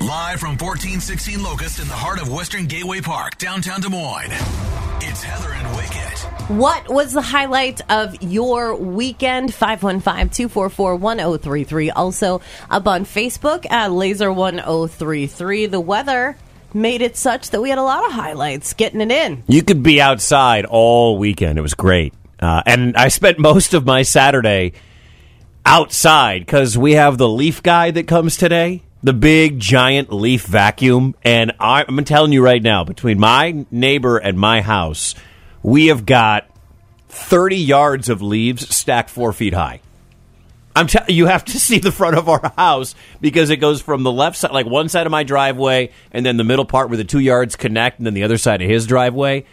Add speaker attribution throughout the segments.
Speaker 1: Live from 1416 Locust in the heart of Western Gateway Park, downtown Des Moines. It's Heather and Wicket.
Speaker 2: What was the highlight of your weekend? 515-244-1033. Also up on Facebook at Laser1033. The weather made it such that we had a lot of highlights getting it in.
Speaker 3: You could be outside all weekend. It was great. Uh, and I spent most of my Saturday outside because we have the leaf guy that comes today, the big giant leaf vacuum. And I, I'm telling you right now, between my neighbor and my house, we have got 30 yards of leaves stacked four feet high. I'm tell you have to see the front of our house because it goes from the left side, like one side of my driveway, and then the middle part where the two yards connect, and then the other side of his driveway.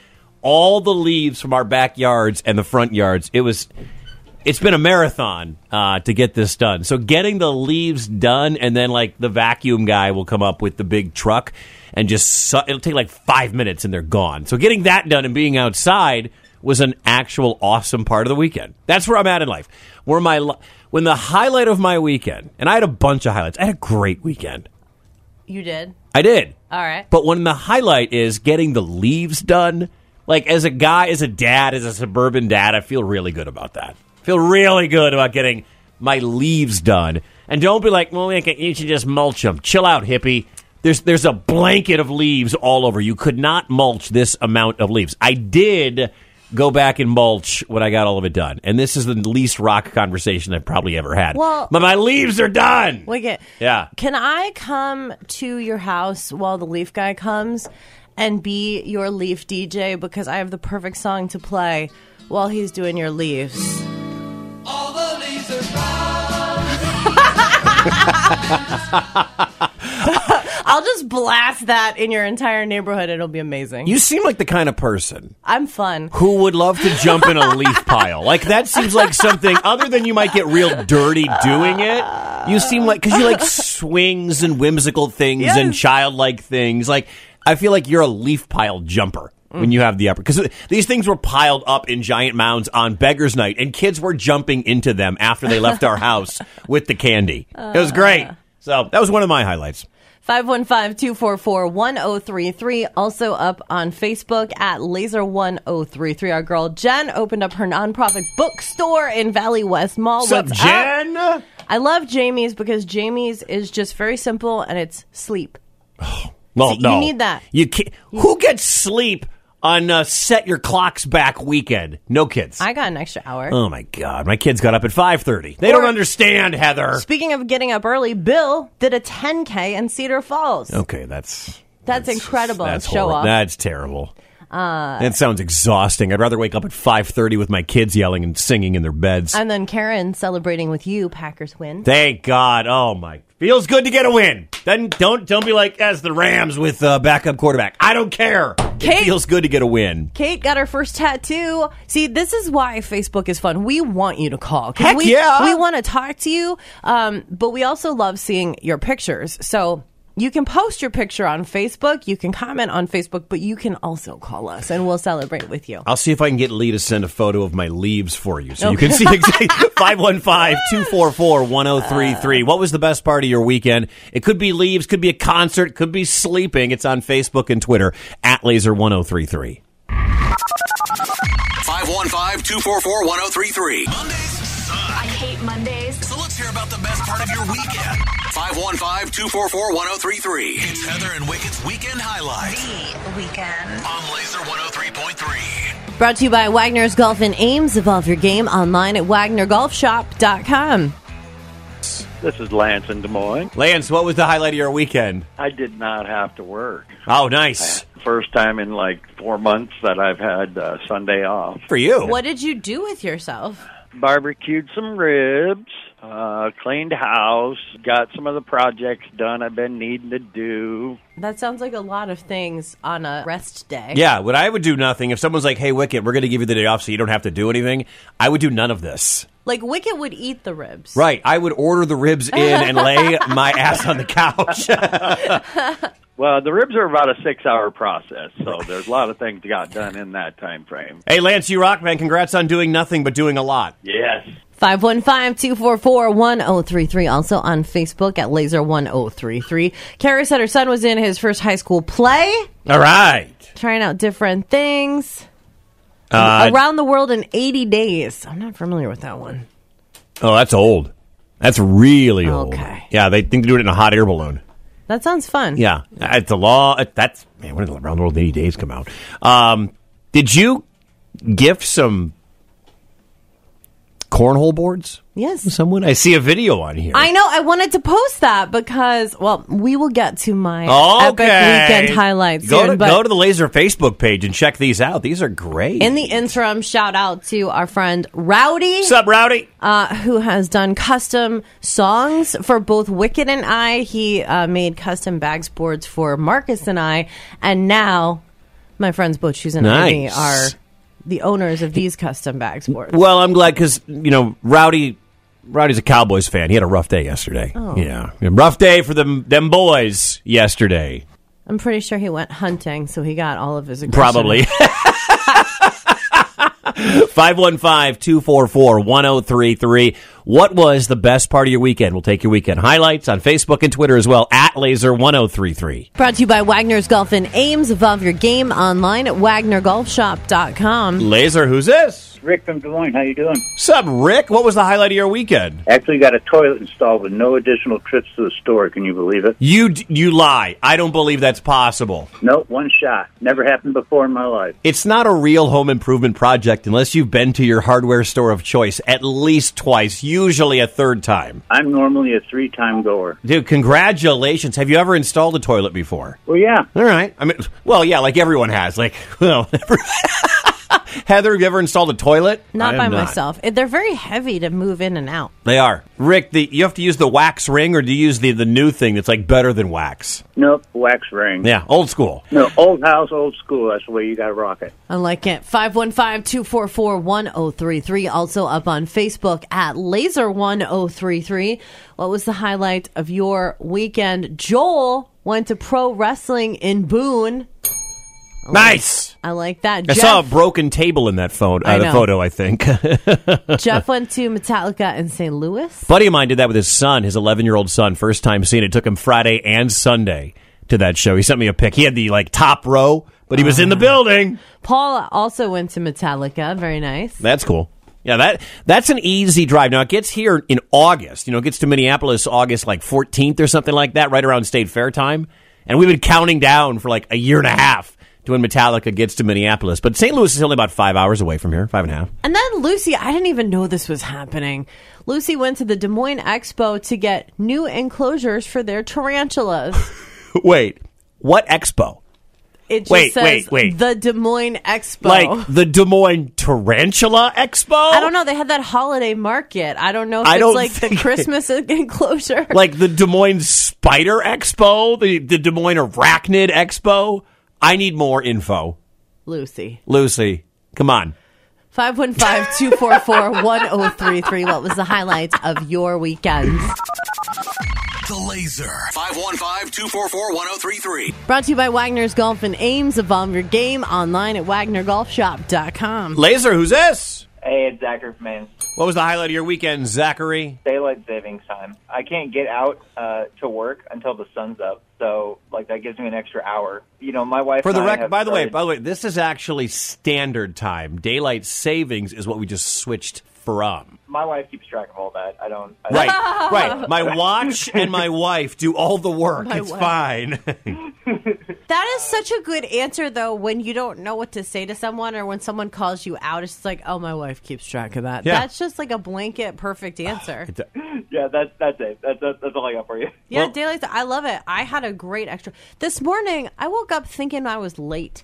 Speaker 3: All the leaves from our backyards and the front yards. It was, it's been a marathon uh, to get this done. So getting the leaves done, and then like the vacuum guy will come up with the big truck and just su- it'll take like five minutes and they're gone. So getting that done and being outside was an actual awesome part of the weekend. That's where I'm at in life. Where my li- when the highlight of my weekend, and I had a bunch of highlights. I had a great weekend.
Speaker 2: You did?
Speaker 3: I did.
Speaker 2: All right.
Speaker 3: But when the highlight is getting the leaves done, like as a guy, as a dad, as a suburban dad, I feel really good about that. Feel really good about getting my leaves done. And don't be like, well, Lincoln, you should just mulch them. Chill out, hippie. There's there's a blanket of leaves all over. You could not mulch this amount of leaves. I did go back and mulch when I got all of it done. And this is the least rock conversation I've probably ever had.
Speaker 2: Well-
Speaker 3: but my leaves are done.
Speaker 2: Wicket.
Speaker 3: Yeah.
Speaker 2: Can I come to your house while the leaf guy comes and be your leaf DJ because I have the perfect song to play while he's doing your leaves?
Speaker 4: All the leaves are brown.
Speaker 2: I'll just blast that in your entire neighborhood. It'll be amazing.
Speaker 3: You seem like the kind of person
Speaker 2: I'm fun.
Speaker 3: who would love to jump in a leaf pile. Like that seems like something other than you might get real dirty doing it. You seem like because you like swings and whimsical things and childlike things. Like I feel like you're a leaf pile jumper. When you have the upper, because these things were piled up in giant mounds on beggars' night, and kids were jumping into them after they left our house with the candy. It was great. So that was one of my highlights.
Speaker 2: 515-244-1033. Also up on Facebook at Laser1033. Our girl Jen opened up her nonprofit bookstore in Valley West Mall.
Speaker 3: What's up,
Speaker 2: What's
Speaker 3: Jen?
Speaker 2: I love Jamie's because Jamie's is just very simple and it's sleep.
Speaker 3: Well,
Speaker 2: See, you
Speaker 3: no,
Speaker 2: need that.
Speaker 3: You can't, who gets sleep on uh, set your clocks back weekend? No kids.
Speaker 2: I got an extra hour.
Speaker 3: oh my god, my kids got up at five thirty. They
Speaker 2: Or-
Speaker 3: don't understand, Heather.
Speaker 2: Speaking of getting up early, Bill did a 10K in Cedar Falls.
Speaker 3: Okay, Oh, that's
Speaker 2: That's incredible.
Speaker 3: That's
Speaker 2: Show Uh,
Speaker 3: horrible.
Speaker 2: off.
Speaker 3: That's terrible. that sounds exhausting. I'd rather wake up at five thirty with my kids yelling and singing in their beds.
Speaker 2: and then Karen celebrating with you, Packers win.
Speaker 3: Thank God. Oh my, feels good to get a win. Then don't don't be like as the Rams with uh, backup quarterback. I don't care.
Speaker 2: Kate-
Speaker 3: It feels good to get a win.
Speaker 2: Kate got her first tattoo. See, this is why Facebook is fun. We want you to call. 'Cause
Speaker 3: Heck
Speaker 2: we,
Speaker 3: yeah.
Speaker 2: We want to talk to you, um, but we also love seeing your pictures. So you can post your picture on Facebook. You can comment on Facebook, but you can also call us, and we'll celebrate with you.
Speaker 3: I'll see if I can get Lee to send a photo of my leaves for you so you can see exactly 515-244-1033. What was the best part of your weekend? It could be leaves, could be a concert, could be sleeping. It's on Facebook and Twitter at laser1033.
Speaker 1: 515-244-1033. Mondays suck.
Speaker 5: I hate Mondays.
Speaker 1: So let's hear about the best part of your weekend. 515-244-1033. It's Heather and Wicket's weekend highlight
Speaker 5: Weekend.
Speaker 1: on Laser 103.3.
Speaker 2: Brought to you by Wagner's Golf and Ames. Evolve your game online at wagnergolfshop.com.
Speaker 6: This is Lance in Des Moines.
Speaker 3: Lance, what was the highlight of your weekend?
Speaker 6: I did not have to work.
Speaker 3: Oh, nice.
Speaker 6: First time in like four months that I've had uh, Sunday off.
Speaker 3: For you.
Speaker 2: What did you do with yourself?
Speaker 6: Barbecued some ribs, uh, cleaned house, got some of the projects done I've been needing to do.
Speaker 2: That sounds like a lot of things on a rest day.
Speaker 3: Yeah, what I would do nothing. If someone's like, hey, Wicket, we're going to give you the day off so you don't have to do anything, I would do none of this.
Speaker 2: Like Wicket would eat the ribs.
Speaker 3: Right. I would order the ribs in and lay my ass on the couch.
Speaker 6: Well, the ribs are about a six-hour process, so there's a lot of things got done in that time frame.
Speaker 3: Hey, Lance, you rock, man. Congrats on doing nothing but doing a lot.
Speaker 6: Yes.
Speaker 2: 515-244-1033 also on facebook at laser1033 kara said her son was in his first high school play
Speaker 3: All right.
Speaker 2: trying out different things
Speaker 3: Uh,
Speaker 2: around the world in 80 days i'm not familiar with that one
Speaker 3: oh, that's old. That's really old.
Speaker 2: Okay.
Speaker 3: Yeah, they think they do it in a hot air balloon.
Speaker 2: that sounds fun
Speaker 3: Yeah, it's a law. it- That's man. When did around the world in eighty days come out? Um, did you gift some cornhole boards? to
Speaker 2: yes
Speaker 3: Someone I see a video on here.
Speaker 2: i know i wanted to post that because well we will get to my epic
Speaker 3: Okay.
Speaker 2: weekend highlights
Speaker 3: Go
Speaker 2: soon,
Speaker 3: to,
Speaker 2: but
Speaker 3: go to the Laser Facebook page and check these out. These are great.
Speaker 2: in the interim shout out to our friend rowdy
Speaker 3: What's up, Rowdy?
Speaker 2: uh, who has done custom songs for both Wicked and I. He uh, made custom bags boards for Marcus and I, and now my friends both Shoes and Ivy
Speaker 3: Nice.
Speaker 2: are the owners of these custom bags boards.
Speaker 3: Well, I'm glad because you know Rowdy. Rowdy's a Cowboys fan. He had a rough day yesterday. Yeah, A rough day for them them boys yesterday.
Speaker 2: I'm pretty sure he went hunting, so he got all of his aggression.
Speaker 3: Probably. 515-244-1033. What was the best part of your weekend? We'll take your weekend highlights on Facebook and Twitter as well at laser1033.
Speaker 2: Brought to you by Wagner's Golf in Ames. Evolve your game online at WagnerGolfShop.com.
Speaker 3: Laser, who's this?
Speaker 7: Rick from Des Moines, how you doing?
Speaker 3: Sup, Rick? What was the highlight of your weekend?
Speaker 7: Actually, got a toilet installed with no additional trips to the store. Can you believe it?
Speaker 3: You d- you lie. I don't believe that's possible.
Speaker 7: No, one shot. Never happened before in my life.
Speaker 3: It's not a real home improvement project unless you've been to your hardware store of choice at least twice, usually a third time.
Speaker 7: I'm normally a three-time goer.
Speaker 3: Dude, congratulations. Have you ever installed a toilet before?
Speaker 7: Well, yeah,
Speaker 3: All right. I mean, well, yeah, like everyone has. Like, well, Heather, have you ever installed a toilet?
Speaker 2: Not
Speaker 3: I
Speaker 2: by
Speaker 3: have
Speaker 2: myself. They're very heavy to move in and out.
Speaker 3: They are. Rick, the, you have to use the wax ring, or do you use the, the new thing that's like better than wax?
Speaker 7: nope, wax ring.
Speaker 3: Yeah, old school.
Speaker 7: No, old house, old school. That's the way you got to rock it.
Speaker 2: I like it. 515-244-1033. Also up on Facebook at Laser1033. What was the highlight of your weekend? Joel went to pro wrestling in Boone.
Speaker 3: Nice.
Speaker 2: I like that.
Speaker 3: I
Speaker 2: Oh. Jeff,
Speaker 3: saw a broken table in that phone,
Speaker 2: I
Speaker 3: uh, the
Speaker 2: know.
Speaker 3: photo, I think.
Speaker 2: Jeff went to Metallica in St. Louis.
Speaker 3: buddy of mine did that with his son, his 11 year old son. First time seeing it. Took him Friday and Sunday to that show. He sent me a pic. He had the like top row, but he was in the building.
Speaker 2: Paula also went to Metallica. Very nice.
Speaker 3: That's cool. Yeah, that that's an easy drive. Now it gets here in August. You know, it gets to Minneapolis August like 14th or something like that, right around State Fair time. And we've been counting down for like a year and a half to when Metallica gets to Minneapolis. But St. Louis is only about five hours away from here, five and a half.
Speaker 2: And then Lucy, I didn't even know this was happening. Lucy went to the Des Moines Expo to get new enclosures for their tarantulas.
Speaker 3: Wait, what expo?
Speaker 2: It just
Speaker 3: Wait,
Speaker 2: says
Speaker 3: wait, wait.
Speaker 2: the Des Moines Expo.
Speaker 3: Like the Des Moines Tarantula Expo?
Speaker 2: I don't know. They had that holiday market. I don't know if
Speaker 3: Oh. I
Speaker 2: it's
Speaker 3: don't
Speaker 2: like the
Speaker 3: think-
Speaker 2: Christmas enclosure.
Speaker 3: Like the Des Moines Spider Expo, the, the Des Moines Arachnid Expo. I need more info.
Speaker 2: Lucy.
Speaker 3: Lucy, come on.
Speaker 2: 515-244-1033. What was the highlight of your weekend?
Speaker 1: The Laser. 515-244-1033.
Speaker 2: Brought to you by Wagner's Golf and Ames. Evolve your game online at wagnergolfshop.com.
Speaker 3: Laser, who's this?
Speaker 8: Hey, it's Zachary from Maine.
Speaker 3: What was the highlight of your weekend, Zachary?
Speaker 8: Daylight savings time. I can't get out uh, to work until the sun's up, so like that gives me an extra hour. You know, my wife
Speaker 3: For the
Speaker 8: and I
Speaker 3: record,
Speaker 8: have
Speaker 3: by the way,
Speaker 8: started-
Speaker 3: by the way, this is actually standard time. Daylight savings is what we just switched from.
Speaker 8: my wife keeps track of all that. I don't. I
Speaker 3: Right, right. My watch and my wife do all the work.
Speaker 2: My
Speaker 3: it's
Speaker 2: wife.
Speaker 3: fine.
Speaker 2: That is such a good answer, though, when you don't know what to say to someone or when someone calls you out. It's just like, oh, my wife keeps track of that.
Speaker 3: Yeah.
Speaker 2: That's just like a blanket perfect answer.
Speaker 8: Yeah, that's that's it. That's that's, that's all I got for you.
Speaker 2: Yeah,
Speaker 3: Well-
Speaker 2: daylight. I love it. I had a great extra. This morning, I woke up thinking I was late.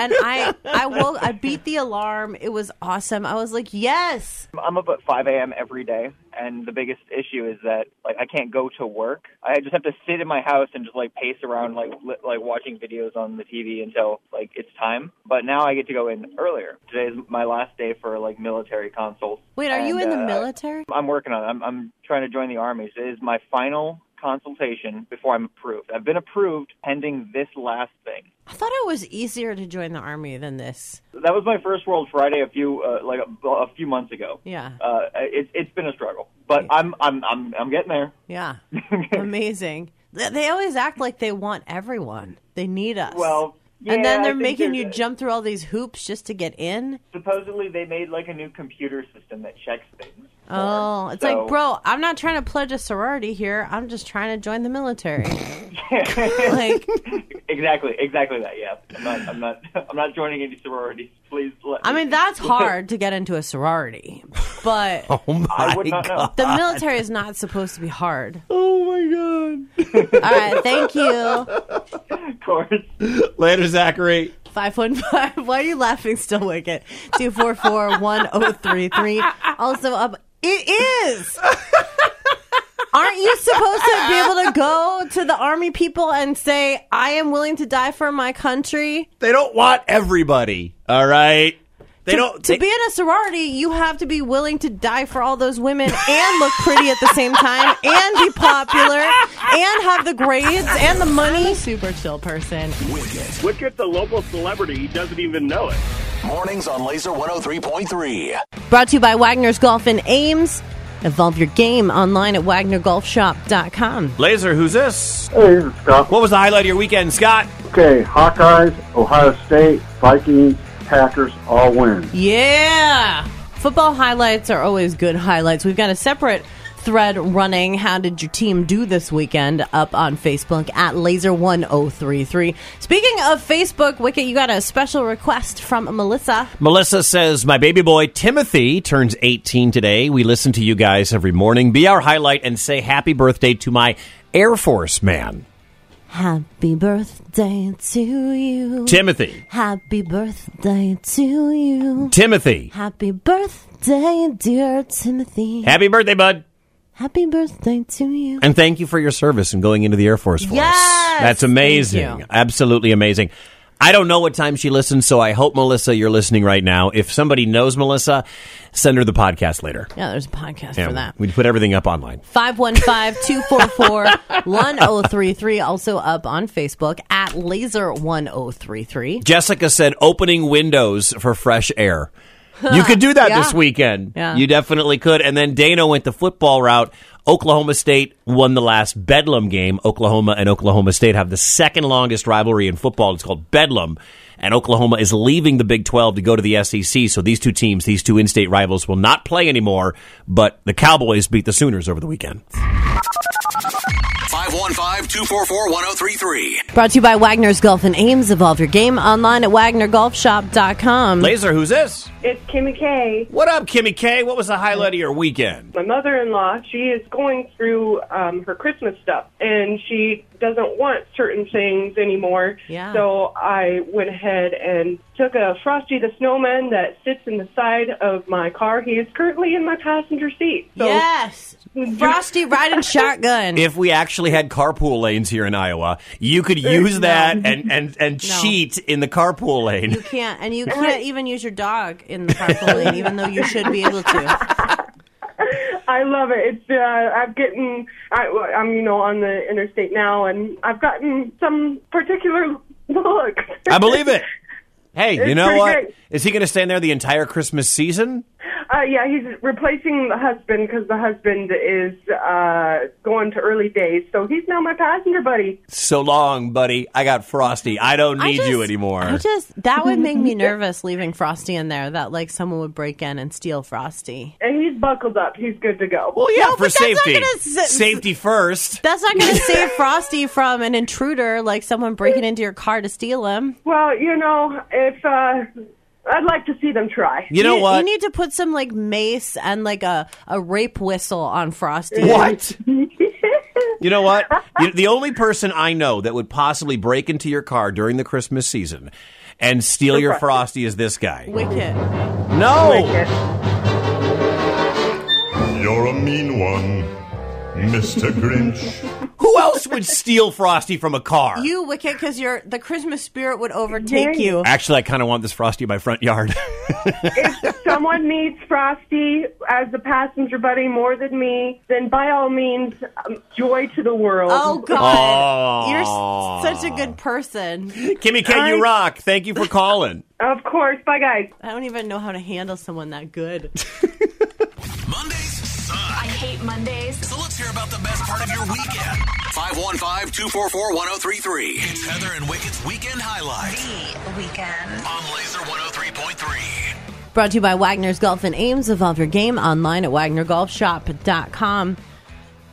Speaker 2: and I I woke I beat the alarm. It was awesome. I was like, "Yes."
Speaker 8: I'm up at 5 a.m. every day, and the biggest issue is that like I can't go to work. I just have to sit in my house and just like pace around, like li- like watching videos on the TV until like it's time. But now I get to go in earlier. Today is my last day for like military consults.
Speaker 2: Wait, are you
Speaker 8: And,
Speaker 2: in the
Speaker 8: uh,
Speaker 2: military?
Speaker 8: I'm working on it. I'm, I'm trying to join the army. It is my final consultation before I'm approved. I've been approved pending this last thing.
Speaker 2: I thought it was easier to join the army than this.
Speaker 8: That was my first World Friday a few uh, like a, a few months ago.
Speaker 2: Yeah.
Speaker 8: uh, it, it's been a struggle, but I'm I'm I'm I'm getting there.
Speaker 2: Yeah. Amazing. Th- They always act like they want everyone. They need us.
Speaker 8: Well,
Speaker 2: and then
Speaker 8: yeah,
Speaker 2: they're
Speaker 8: I think
Speaker 2: making
Speaker 8: there's
Speaker 2: you
Speaker 8: a-
Speaker 2: jump through all these hoops just to get in.
Speaker 8: Supposedly, they made like a new computer system that checks things. for
Speaker 2: Oh,
Speaker 8: them.
Speaker 2: it's
Speaker 8: So-
Speaker 2: like, bro, I'm not trying to pledge a sorority here. I'm just trying to join the military. like,
Speaker 8: Exactly, exactly that. Yeah, I'm not I'm not I'm not joining any sororities. Please, let
Speaker 2: I
Speaker 8: me-
Speaker 2: mean, that's hard to get into a sorority, but
Speaker 3: Oh my
Speaker 8: I would not know.
Speaker 3: god.
Speaker 2: the military is not supposed to be hard. All
Speaker 3: Oh my
Speaker 2: right, thank you.
Speaker 8: Of course.
Speaker 3: god. Later, Zachary.
Speaker 2: 515. Why are you laughing still, Wicket? 244 1033. Also, up. It is! Aren't you supposed to be able to go to the army people and say, I am willing to die for my country?
Speaker 3: They don't want everybody. All right. They don't.
Speaker 2: To
Speaker 3: they-
Speaker 2: be in a sorority, you have to be willing to die for all those women and look pretty at the same time and be popular and have the grades and the money. super chill person.
Speaker 1: Wicket.
Speaker 9: Wicket, the local celebrity, doesn't even know it.
Speaker 1: Mornings on Laser 103.3.
Speaker 2: Brought to you by Wagner's Golf in Ames. Evolve your game online at wagnergolfshop.com.
Speaker 3: Laser, who's this?
Speaker 7: Hey, this is Scott.
Speaker 3: What was the highlight of your weekend, Scott?
Speaker 7: Okay, Hawkeyes, Ohio State, Vikings, Packers all win.
Speaker 2: Yeah. Football highlights are always good highlights. We've got a separate thread running. How did your team do this weekend up on Facebook at laser1033? Speaking of Facebook, Wicket, you got a special request from Melissa.
Speaker 3: Melissa says, My baby boy Timothy turns 18 today. We listen to you guys every morning. Be our highlight and say happy birthday to my Air Force man,
Speaker 2: Happy birthday to you.
Speaker 3: Timothy.
Speaker 2: Happy birthday to you.
Speaker 3: Timothy.
Speaker 2: Happy birthday, dear Timothy.
Speaker 3: Happy birthday, bud.
Speaker 2: Happy birthday to you.
Speaker 3: And thank you for your service and going into the Air Force for
Speaker 2: Yes!
Speaker 3: us. That's amazing.
Speaker 2: Thank you.
Speaker 3: Absolutely amazing. I don't know what time she listens, so I hope, Melissa, you're listening right now. If somebody knows Melissa, send her the podcast later.
Speaker 2: Yeah, there's a podcast for
Speaker 3: And
Speaker 2: that.
Speaker 3: We'd put everything up online.
Speaker 2: 515-244-1033 also up on facebook at laser1033
Speaker 3: Jessica said opening windows for fresh air. You could do that
Speaker 2: Yeah.
Speaker 3: this weekend.
Speaker 2: Yeah.
Speaker 3: You definitely could. And then Dana went the football route. Oklahoma State won the last Bedlam game. Oklahoma and Oklahoma State have the second longest rivalry in football. It's called Bedlam. And Oklahoma is leaving the Big 12 to go to the SEC. So these two teams, these two in state rivals, will not play anymore. But the Cowboys beat the Sooners over the weekend.
Speaker 1: 515-244-1033.
Speaker 2: brought to you by wagner's golf and ames evolve your game online at wagnergolfshop.com
Speaker 3: Laser, who's this?
Speaker 10: It's Kimmy Kay.
Speaker 3: What up, Kimmy K? What was the highlight of your weekend?
Speaker 10: My mother in law, she is going through um, her Christmas stuff and she doesn't want certain things anymore.
Speaker 2: Yeah.
Speaker 10: So I went ahead and took a Frosty the Snowman that sits in the side of my car. He is currently in my passenger seat. So
Speaker 2: yes frosty riding shotgun
Speaker 3: if we actually had carpool lanes here in Iowa, you could use that and and and cheat in the carpool
Speaker 2: you
Speaker 3: lane.
Speaker 2: can't and you can't even use your dog in the carpool lane even though you should be able to
Speaker 10: I love it. It's uh, I'm getting I, I'm you know on the interstate now and I've gotten some particular looks.
Speaker 3: I believe it. Hey, you
Speaker 10: It's
Speaker 3: know
Speaker 10: pretty
Speaker 3: what? Is
Speaker 10: great.
Speaker 3: he going to stand there the entire Christmas season?
Speaker 10: Uh, yeah, he's replacing the husband because the husband is uh, going to early days, so he's now my passenger buddy.
Speaker 3: So long, buddy. I got frosty. I don't
Speaker 2: I
Speaker 3: need you
Speaker 2: just-
Speaker 3: anymore.
Speaker 2: I just that would make me nervous leaving Frosty in there. That like someone would break in and steal Frosty.
Speaker 10: And he's buckled up; he's good to go.
Speaker 3: well, yeah,
Speaker 2: No,
Speaker 3: for
Speaker 2: but that's not
Speaker 3: safety.
Speaker 2: gonna s-
Speaker 3: safety first.
Speaker 2: That's not going to save Frosty from an intruder like someone breaking into your car to steal him.
Speaker 10: Well, you know, if uh, I'd like to see them try.
Speaker 3: You know what?
Speaker 2: You need to put some like mace and like a, a rape whistle on Frosty.
Speaker 3: What? you know what? You- the only person I know that would possibly break into your car during the Christmas season and steal your frosty is this guy.
Speaker 2: Wicked.
Speaker 10: Oh
Speaker 3: No.
Speaker 11: You're a mean one, Mr. Grinch.
Speaker 3: Who else would steal Frosty from a car.
Speaker 2: You wicked because you're the Christmas spirit would overtake you.
Speaker 3: Actually, I kind of want this Frosty in my front yard.
Speaker 10: someone needs Frosty as a passenger buddy more than me, then by all means, um, joy to the world.
Speaker 2: Oh God, you're s- such a good person.
Speaker 3: Kimmy K, you rock. Thank you for calling.
Speaker 2: Of course, bye guys. I don't even know how to handle someone that good.
Speaker 5: I hate Mondays.
Speaker 1: So let's hear about the best part of your weekend. 515-244-1033. It's Heather and Wicked's weekend highlight. The weekend. On Laser 103.3.
Speaker 2: Brought to you by Wagner's Golf and Ames. Evolve your game online at WagnerGolfShop.com.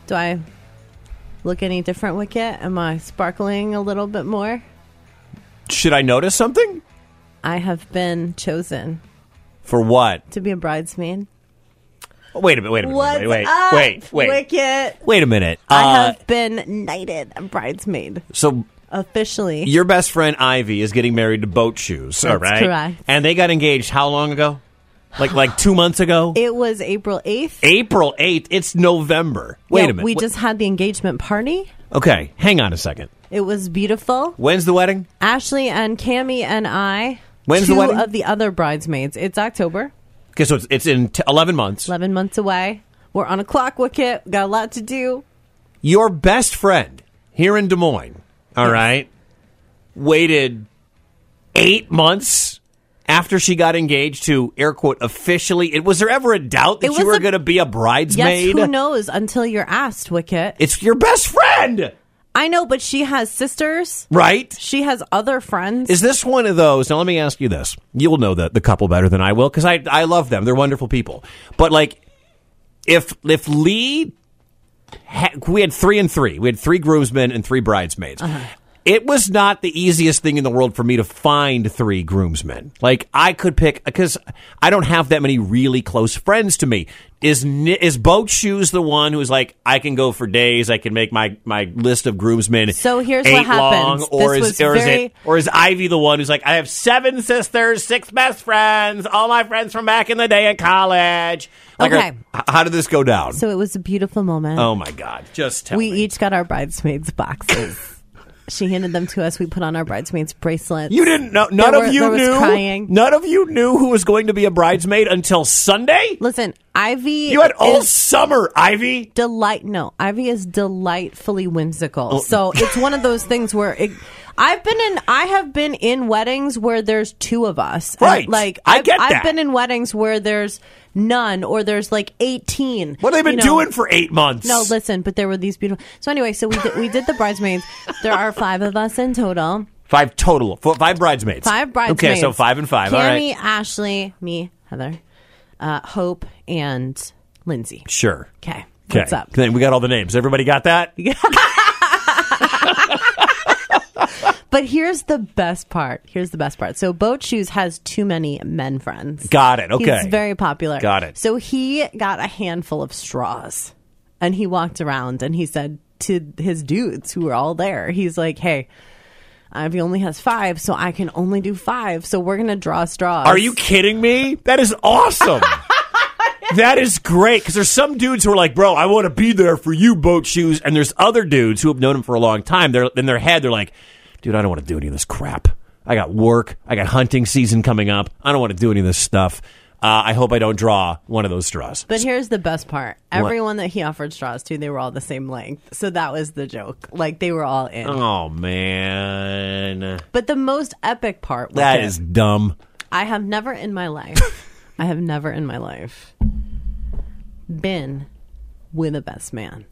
Speaker 2: Do I look any different, Wicket? Am I sparkling a little bit more?
Speaker 3: Should I notice something?
Speaker 2: I have been chosen
Speaker 3: For what?
Speaker 2: to be a bridesmaid.
Speaker 3: Oh, Wait a minute. Wait a minute.
Speaker 2: What's
Speaker 3: wait, wait,
Speaker 2: up,
Speaker 3: wait, wait.
Speaker 2: Wicket?
Speaker 3: Wait a minute.
Speaker 2: I
Speaker 3: Uh,
Speaker 2: have been knighted a bridesmaid
Speaker 3: so
Speaker 2: officially.
Speaker 3: your best friend Ivy is getting married to Boat Shoes, all
Speaker 2: That's
Speaker 3: right?
Speaker 2: correct.
Speaker 3: And they got engaged how long ago? Like like 2 months ago?
Speaker 2: it was April eighth.
Speaker 3: April 8th. It's November. Wait
Speaker 2: Yeah,
Speaker 3: a minute.
Speaker 2: We
Speaker 3: Wait-
Speaker 2: just had the engagement party.
Speaker 3: Okay, hang on a second.
Speaker 2: It was beautiful.
Speaker 3: When's the wedding?
Speaker 2: Ashley and Cammy and I.
Speaker 3: When's
Speaker 2: two
Speaker 3: the wedding?
Speaker 2: of the other bridesmaids. It's October,
Speaker 3: Okay, so it's, it's in t- 11 months.
Speaker 2: eleven months away. We're on a clock wicket. Got a lot to do.
Speaker 3: Your best friend here in Des Moines, all right, waited eight months after she got engaged to air quote officially. It was there ever a doubt that
Speaker 2: It
Speaker 3: you
Speaker 2: was
Speaker 3: were
Speaker 2: a-
Speaker 3: going to be a bridesmaid?
Speaker 2: Yes, who knows until you're asked, Wicket.
Speaker 3: It's your best friend,
Speaker 2: I know, but she has sisters.
Speaker 3: right?
Speaker 2: She has other friends.
Speaker 3: Is this one of those? Now, let me ask you this. You'll know the, the couple better than I will because I, I love them. They're wonderful people. But, like, if if Lee, ha- we had three and three, we had three groomsmen and three bridesmaids.
Speaker 2: Uh-huh.
Speaker 3: It was not the easiest thing in the world for me to find three groomsmen. Like, I could pick, because I don't have that many really close friends to me. Is Ni- is Boat Shoes the one who's like, I can go for days, I can make my, my list of groomsmen
Speaker 2: So here's
Speaker 3: eight
Speaker 2: what happens.
Speaker 3: long, or
Speaker 2: This
Speaker 3: is
Speaker 2: was
Speaker 3: or is it
Speaker 2: very-
Speaker 3: or is Ivy the one who's like, I have seven sisters, six best friends, all my friends from back in the day at college? Like,
Speaker 2: Okay.
Speaker 3: are- h- how did this go down?
Speaker 2: so it was a beautiful moment.
Speaker 3: oh my God! Just tell
Speaker 2: we
Speaker 3: me.
Speaker 2: each got our bridesmaids boxes. she handed them to us. We put on our bridesmaids bracelets.
Speaker 3: you didn't know. None
Speaker 2: There
Speaker 3: of
Speaker 2: were-
Speaker 3: you
Speaker 2: there was
Speaker 3: knew.
Speaker 2: crying.
Speaker 3: None of you knew who was going to be a bridesmaid until Sunday.
Speaker 2: Listen, Ivy.
Speaker 3: You had all
Speaker 2: is
Speaker 3: summer, Ivy.
Speaker 2: delight. No, Ivy is delightfully whimsical.
Speaker 3: Oh.
Speaker 2: So it's one of those things where it, I've been in. I have been in weddings where there's two of us. And,
Speaker 3: Right.
Speaker 2: like
Speaker 3: I
Speaker 2: I've-
Speaker 3: get that.
Speaker 2: I've been in weddings where there's none or there's like eighteen.
Speaker 3: What have they
Speaker 2: you
Speaker 3: been
Speaker 2: know.
Speaker 3: doing for eight months?
Speaker 2: No, listen, but there were these beautiful. So anyway, so we did, we did the bridesmaids. There are five of us in total.
Speaker 3: five total. Four, five bridesmaids.
Speaker 2: Five bridesmaids.
Speaker 3: Okay, so five and five.
Speaker 2: Cammy,
Speaker 3: all right.
Speaker 2: Ashley, me, Heather, uh, Hope, and Lindsay.
Speaker 3: Sure.
Speaker 2: Okay.
Speaker 3: Okay.
Speaker 2: What's up?
Speaker 3: Then we got all the names. Everybody got that?
Speaker 2: But here's the best part. Here's the best part. So Boat Shoes has too many men friends.
Speaker 3: Got it. Okay.
Speaker 2: He's very popular.
Speaker 3: Got it.
Speaker 2: So he got a handful of straws and he walked around and he said to his dudes who were all there, he's like, hey, Ivy only has five, so I can only do five. So we're going to draw straws.
Speaker 3: Are you kidding me? That is awesome. that is great because there's some dudes who are like, bro, I want to be there for you, boat shoes, and there's other dudes who have known him for a long time. They're in their head, they're like, dude, I don't want to do any of this crap. I got work. I got hunting season coming up. I don't want to do any of this stuff. Uh, I hope I don't draw one of those straws.
Speaker 2: But here's the best part. Everyone that he offered straws to, they were all the same length. So that was the joke. Like they were all in.
Speaker 3: oh man,
Speaker 2: But the most epic part was
Speaker 3: that
Speaker 2: it.
Speaker 3: is dumb.
Speaker 2: I have never in my life, I have never in my life been with a best man.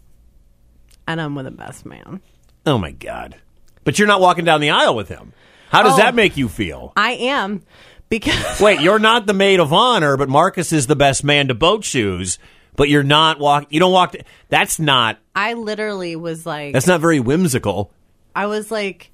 Speaker 2: And I'm with a best man.
Speaker 3: Oh my god. But you're not walking down the aisle with him. How does
Speaker 2: Oh.
Speaker 3: that make you feel?
Speaker 2: I am because
Speaker 3: Wait, you're not the maid of honor, but Marcus is the best man to boat shoes. But you're not walk. You don't walk. That's not.
Speaker 2: I literally was like,
Speaker 3: That's not very whimsical.
Speaker 2: I was like,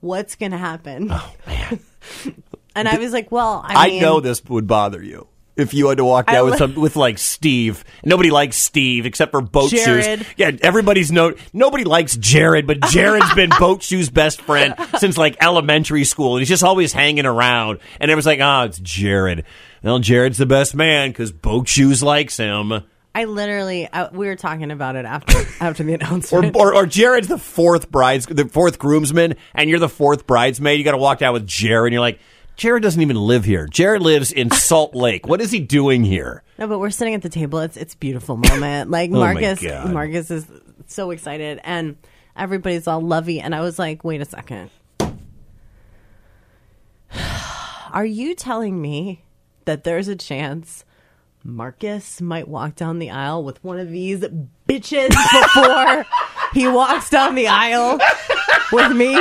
Speaker 2: what's going to happen? Oh, man. and I was like, well, I, mean,
Speaker 3: this would bother you if you had to walk
Speaker 2: I
Speaker 3: down with
Speaker 2: would-
Speaker 3: some, with like Steve. Nobody likes Steve except for boat
Speaker 2: Jared.
Speaker 3: shoes. Yeah, everybody's no. Nobody likes Jared, but Jared's been boat shoes' best friend since like elementary school, and he's just always hanging around. "Oh, And everyone's like, "Ah, it's Jared." Well, Jared's the best man because boat shoes likes him.
Speaker 2: I literally, I, we were talking about it after after the
Speaker 3: Or,
Speaker 2: announcement.
Speaker 3: or, or Jared's the fourth brides, the fourth groomsman, and you're the fourth bridesmaid. You got to walk down with Jared, and you're like, Jared doesn't even live here. Jared lives in Salt Lake. What is he doing here?
Speaker 2: No, but we're sitting at the table. It's it's a beautiful moment. Like
Speaker 3: Oh my
Speaker 2: Marcus,
Speaker 3: God.
Speaker 2: Marcus is so excited, and everybody's all lovey. And I was like, wait a second, are you telling me that there's a chance Marcus might walk down the aisle with one of these bitches before he walks down the aisle with me?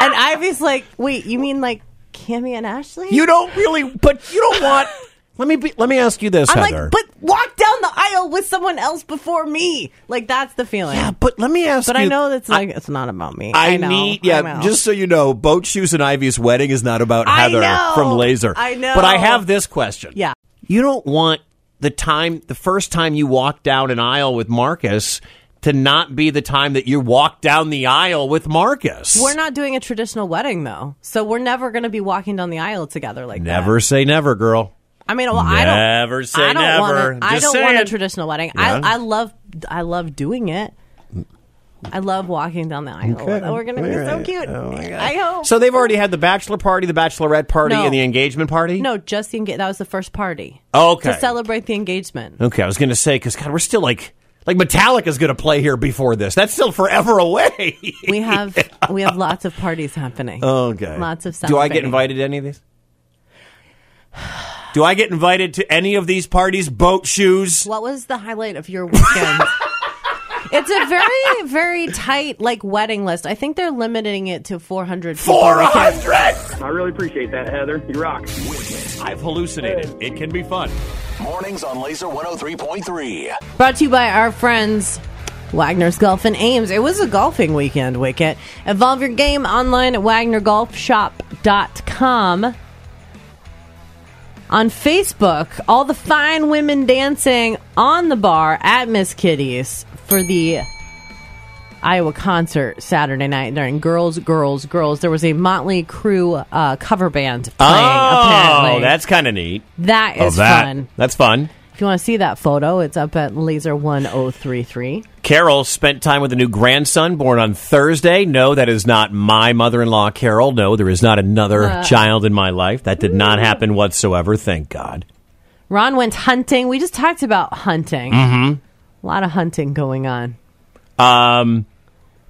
Speaker 2: And Ivy's like, wait, you mean like Cammy and Ashley?
Speaker 3: You don't really, but you don't want. let me be, let me ask you this,
Speaker 2: I'm
Speaker 3: Heather.
Speaker 2: like, but walk down the aisle with someone else before me. Like that's the feeling. Yeah,
Speaker 3: but let me ask.
Speaker 2: But I
Speaker 3: you-
Speaker 2: know that's like it's not about me.
Speaker 3: I,
Speaker 2: I, know.
Speaker 3: need,
Speaker 2: I
Speaker 3: yeah,
Speaker 2: know.
Speaker 3: just so you know, Boat Shoes and Ivy's wedding is not about
Speaker 2: I
Speaker 3: Heather
Speaker 2: know.
Speaker 3: from Laser.
Speaker 2: I know.
Speaker 3: But I have this question.
Speaker 2: yeah.
Speaker 3: You don't want the time, the first time you walk down an aisle with Marcus to not be the time that you walk down the aisle with Marcus.
Speaker 2: We're not doing a traditional wedding though, so we're never going to be walking down the aisle together like that.
Speaker 3: Never say never, girl.
Speaker 2: I mean, well, I don't.
Speaker 3: Never say
Speaker 2: I don't
Speaker 3: never.
Speaker 2: Want a, I
Speaker 3: Just
Speaker 2: don't want a
Speaker 3: saying.
Speaker 2: traditional wedding.
Speaker 3: Yeah.
Speaker 2: I, I love. I love doing it. I love walking down the aisle. We're gonna be so cute. I hope.
Speaker 3: Oh So they've already had the bachelor party, the bachelorette party,
Speaker 2: No.
Speaker 3: and the engagement party?
Speaker 2: no, just the engage. That was the first party.
Speaker 3: Okay.
Speaker 2: To celebrate the engagement.
Speaker 3: Okay, I was going to say, because, God, we're still like, like Metallica's going to play here before this. That's still forever away.
Speaker 2: We have we have lots of parties happening.
Speaker 3: Okay.
Speaker 2: Lots of
Speaker 3: Do I get
Speaker 2: celebrating.
Speaker 3: invited to any of these? Do I get invited to any of these parties? Boat shoes.
Speaker 2: What was the highlight of your weekend? it's a very very tight like wedding list. I think they're limiting it to 400. people.
Speaker 9: I really appreciate that, Heather. You rock.
Speaker 3: I've hallucinated. It can be fun.
Speaker 1: Mornings on Laser 103.3.
Speaker 2: Brought to you by our friends. Wagner's Golf and Ames. It was a golfing weekend, Wicket. Evolve your game online at WagnerGolfShop.com. On Facebook, all the fine women dancing on the bar at Miss Kitty's for the Iowa concert Saturday night during Girls, Girls, Girls. There was a Motley Crue uh, cover band playing,
Speaker 3: Oh,
Speaker 2: apparently.
Speaker 3: that's kind of neat.
Speaker 2: that
Speaker 3: Love
Speaker 2: is
Speaker 3: Oh, that.
Speaker 2: fun.
Speaker 3: That's fun.
Speaker 2: If you want to see that photo, it's up at laser1033.
Speaker 3: Carol spent time with a new grandson born on Thursday. No, that is not my mother in law, Carol. No, there is not another
Speaker 2: Uh.
Speaker 3: child in my life. That did not happen whatsoever. Thank God.
Speaker 2: Ron went hunting. We just talked about hunting.
Speaker 3: Mm hmm.
Speaker 2: A lot of hunting going on.
Speaker 3: Um,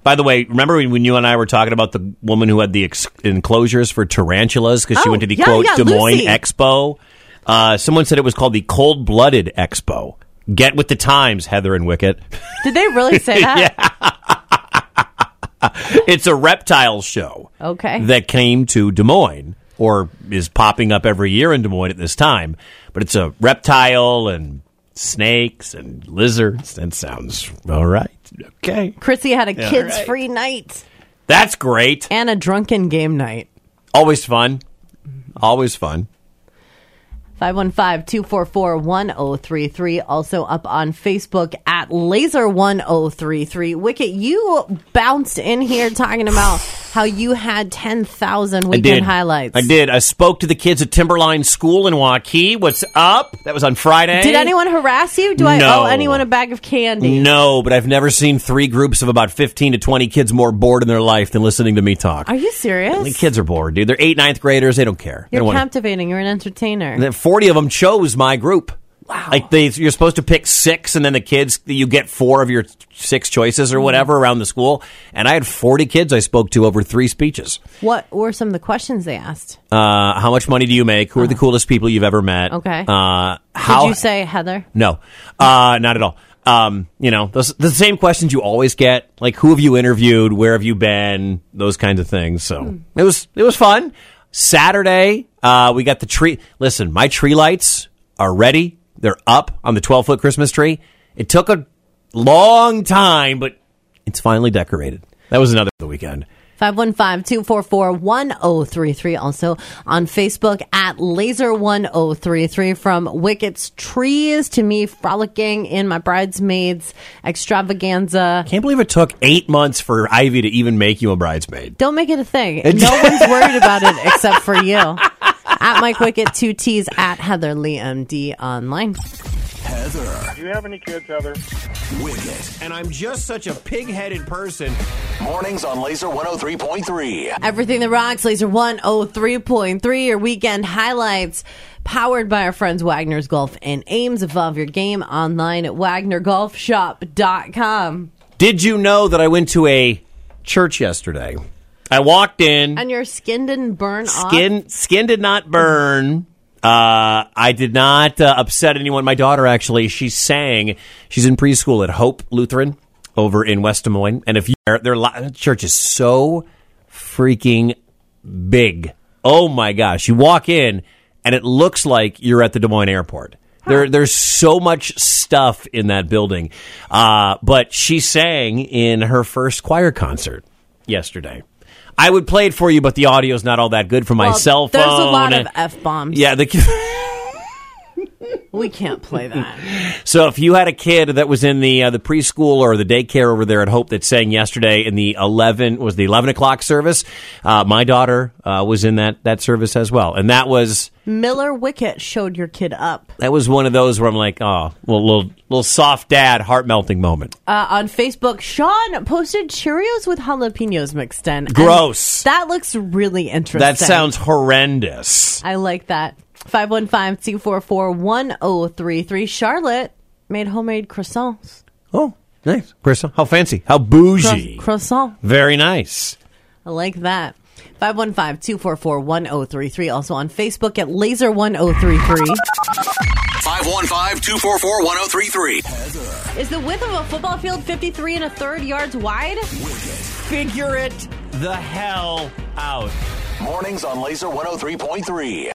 Speaker 3: by the way, remember when, when you and I were talking about the woman who had the ex- enclosures for tarantulas because she
Speaker 2: Oh,
Speaker 3: went to the
Speaker 2: yeah,
Speaker 3: quote
Speaker 2: yeah,
Speaker 3: Des Moines
Speaker 2: Lucy.
Speaker 3: Expo? Uh, someone said it was called the Cold Blooded Expo. Get with the times, Heather and Wicket.
Speaker 2: Did they really say that?
Speaker 3: it's a reptile show
Speaker 2: Okay.
Speaker 3: that came to Des Moines or is popping up every year in Des Moines at this time. But it's a reptile and snakes and lizards. That sounds all right. Okay.
Speaker 2: Chrissy had a
Speaker 3: Yeah.
Speaker 2: kids
Speaker 3: Right.
Speaker 2: free night
Speaker 3: That's great.
Speaker 2: and a drunken game night.
Speaker 3: Always fun. Always fun.
Speaker 2: 515-244-1033 also up on facebook at laser1033 wicket you bounced in here talking about how you had 10000 weekend
Speaker 3: I did.
Speaker 2: highlights
Speaker 3: I did. I spoke to the kids at Timberline School in Waukee. What's up? That was on Friday.
Speaker 2: did anyone harass you do i
Speaker 3: No.
Speaker 2: owe anyone a bag of candy
Speaker 3: No, but I've never seen three groups of about 15 to 20 kids more bored in their life than listening to me talk.
Speaker 2: are you serious
Speaker 3: The kids are bored, dude. They're eighth, ninth graders. They don't care. They
Speaker 2: You're
Speaker 3: don't wanna-
Speaker 2: captivating. You're an entertainer.
Speaker 3: And then 40 of them chose my group. Wow. Like they, you're supposed to pick six, and then the kids, you get four of your six choices or whatever around the school. And I had 40 kids I spoke to over three speeches.
Speaker 2: What were some of the questions they asked?
Speaker 3: Uh, how much money do you make? Who are the coolest people you've ever met?
Speaker 2: Uh-huh. Okay.
Speaker 3: Uh, how?
Speaker 2: Did you say Heather?
Speaker 3: no, uh, not at all. Um, you know, those, the same questions you always get, like who have you interviewed? Where have you been? Those kinds of things. So it was it was fun. Saturday, uh, we got the tree. Listen, my tree lights are ready. They're up on the twelve foot Christmas tree. It took a long time, but it's finally decorated. That was another the weekend.
Speaker 2: 515-244-1033 also on Facebook at laser1033 from Wicket's trees to me frolicking in my bridesmaids extravaganza.
Speaker 3: Can't believe it took eight months for Ivy to even make you a bridesmaid.
Speaker 2: Don't make it a thing. No one's worried about it except for you. At Mike Wicket, two T's at Heather Lee MD online.
Speaker 1: Heather.
Speaker 11: Do you have any kids, Heather?
Speaker 1: Wicket.
Speaker 3: And I'm just such a pig headed person.
Speaker 1: Mornings on Laser 103.3.
Speaker 2: Everything that rocks, laser oh, 103.3, your weekend highlights, powered by our friends Wagner's Golf and Ames. Above your game online at wagnergolfshop.com.
Speaker 3: Did you know that I went to a church yesterday? I walked in.
Speaker 2: And your skin didn't burn off.
Speaker 3: skin skin did not burn. Uh, I did not uh, upset anyone. My daughter actually, she sang. She's in preschool at Hope Lutheran over in West Des Moines, and if you their, their li- church is so freaking big. Oh my gosh! You walk in, and it looks like you're at the Des Moines airport. There, there's so much stuff in that building. Uh, but she sang in her first choir concert yesterday. I would play it for you, but the audio's not all that good for my
Speaker 2: Well,
Speaker 3: cell phone.
Speaker 2: There's a lot of F bombs.
Speaker 3: yeah, the
Speaker 2: We can't play that.
Speaker 3: so if you had a kid that was in the uh, the preschool or the daycare over there at Hope that sang yesterday in the eleven was the eleven o'clock service, uh, my daughter uh, was in that that service as well, and that was
Speaker 2: Miller Wicket showed your kid up.
Speaker 3: that was one of those where I'm like, oh, well, little little soft dad heart melting moment.
Speaker 2: Uh, on Facebook, Sean posted Cheerios with jalapenos mixed in. And
Speaker 3: Gross.
Speaker 2: That looks really interesting.
Speaker 3: That sounds horrendous.
Speaker 2: I like that. 515-244-1033. Charlotte made homemade croissants.
Speaker 3: Oh, nice. Crystal, how fancy, how bougie,
Speaker 2: Croissant.
Speaker 3: very nice.
Speaker 2: I like that. 515-244-1033. Also on Facebook at laser1033.
Speaker 1: 515-244-1033.
Speaker 2: Is the width of a football field 53 and a third yards wide? Figure it
Speaker 3: The hell out.
Speaker 1: oh Mornings on Laser 103.3.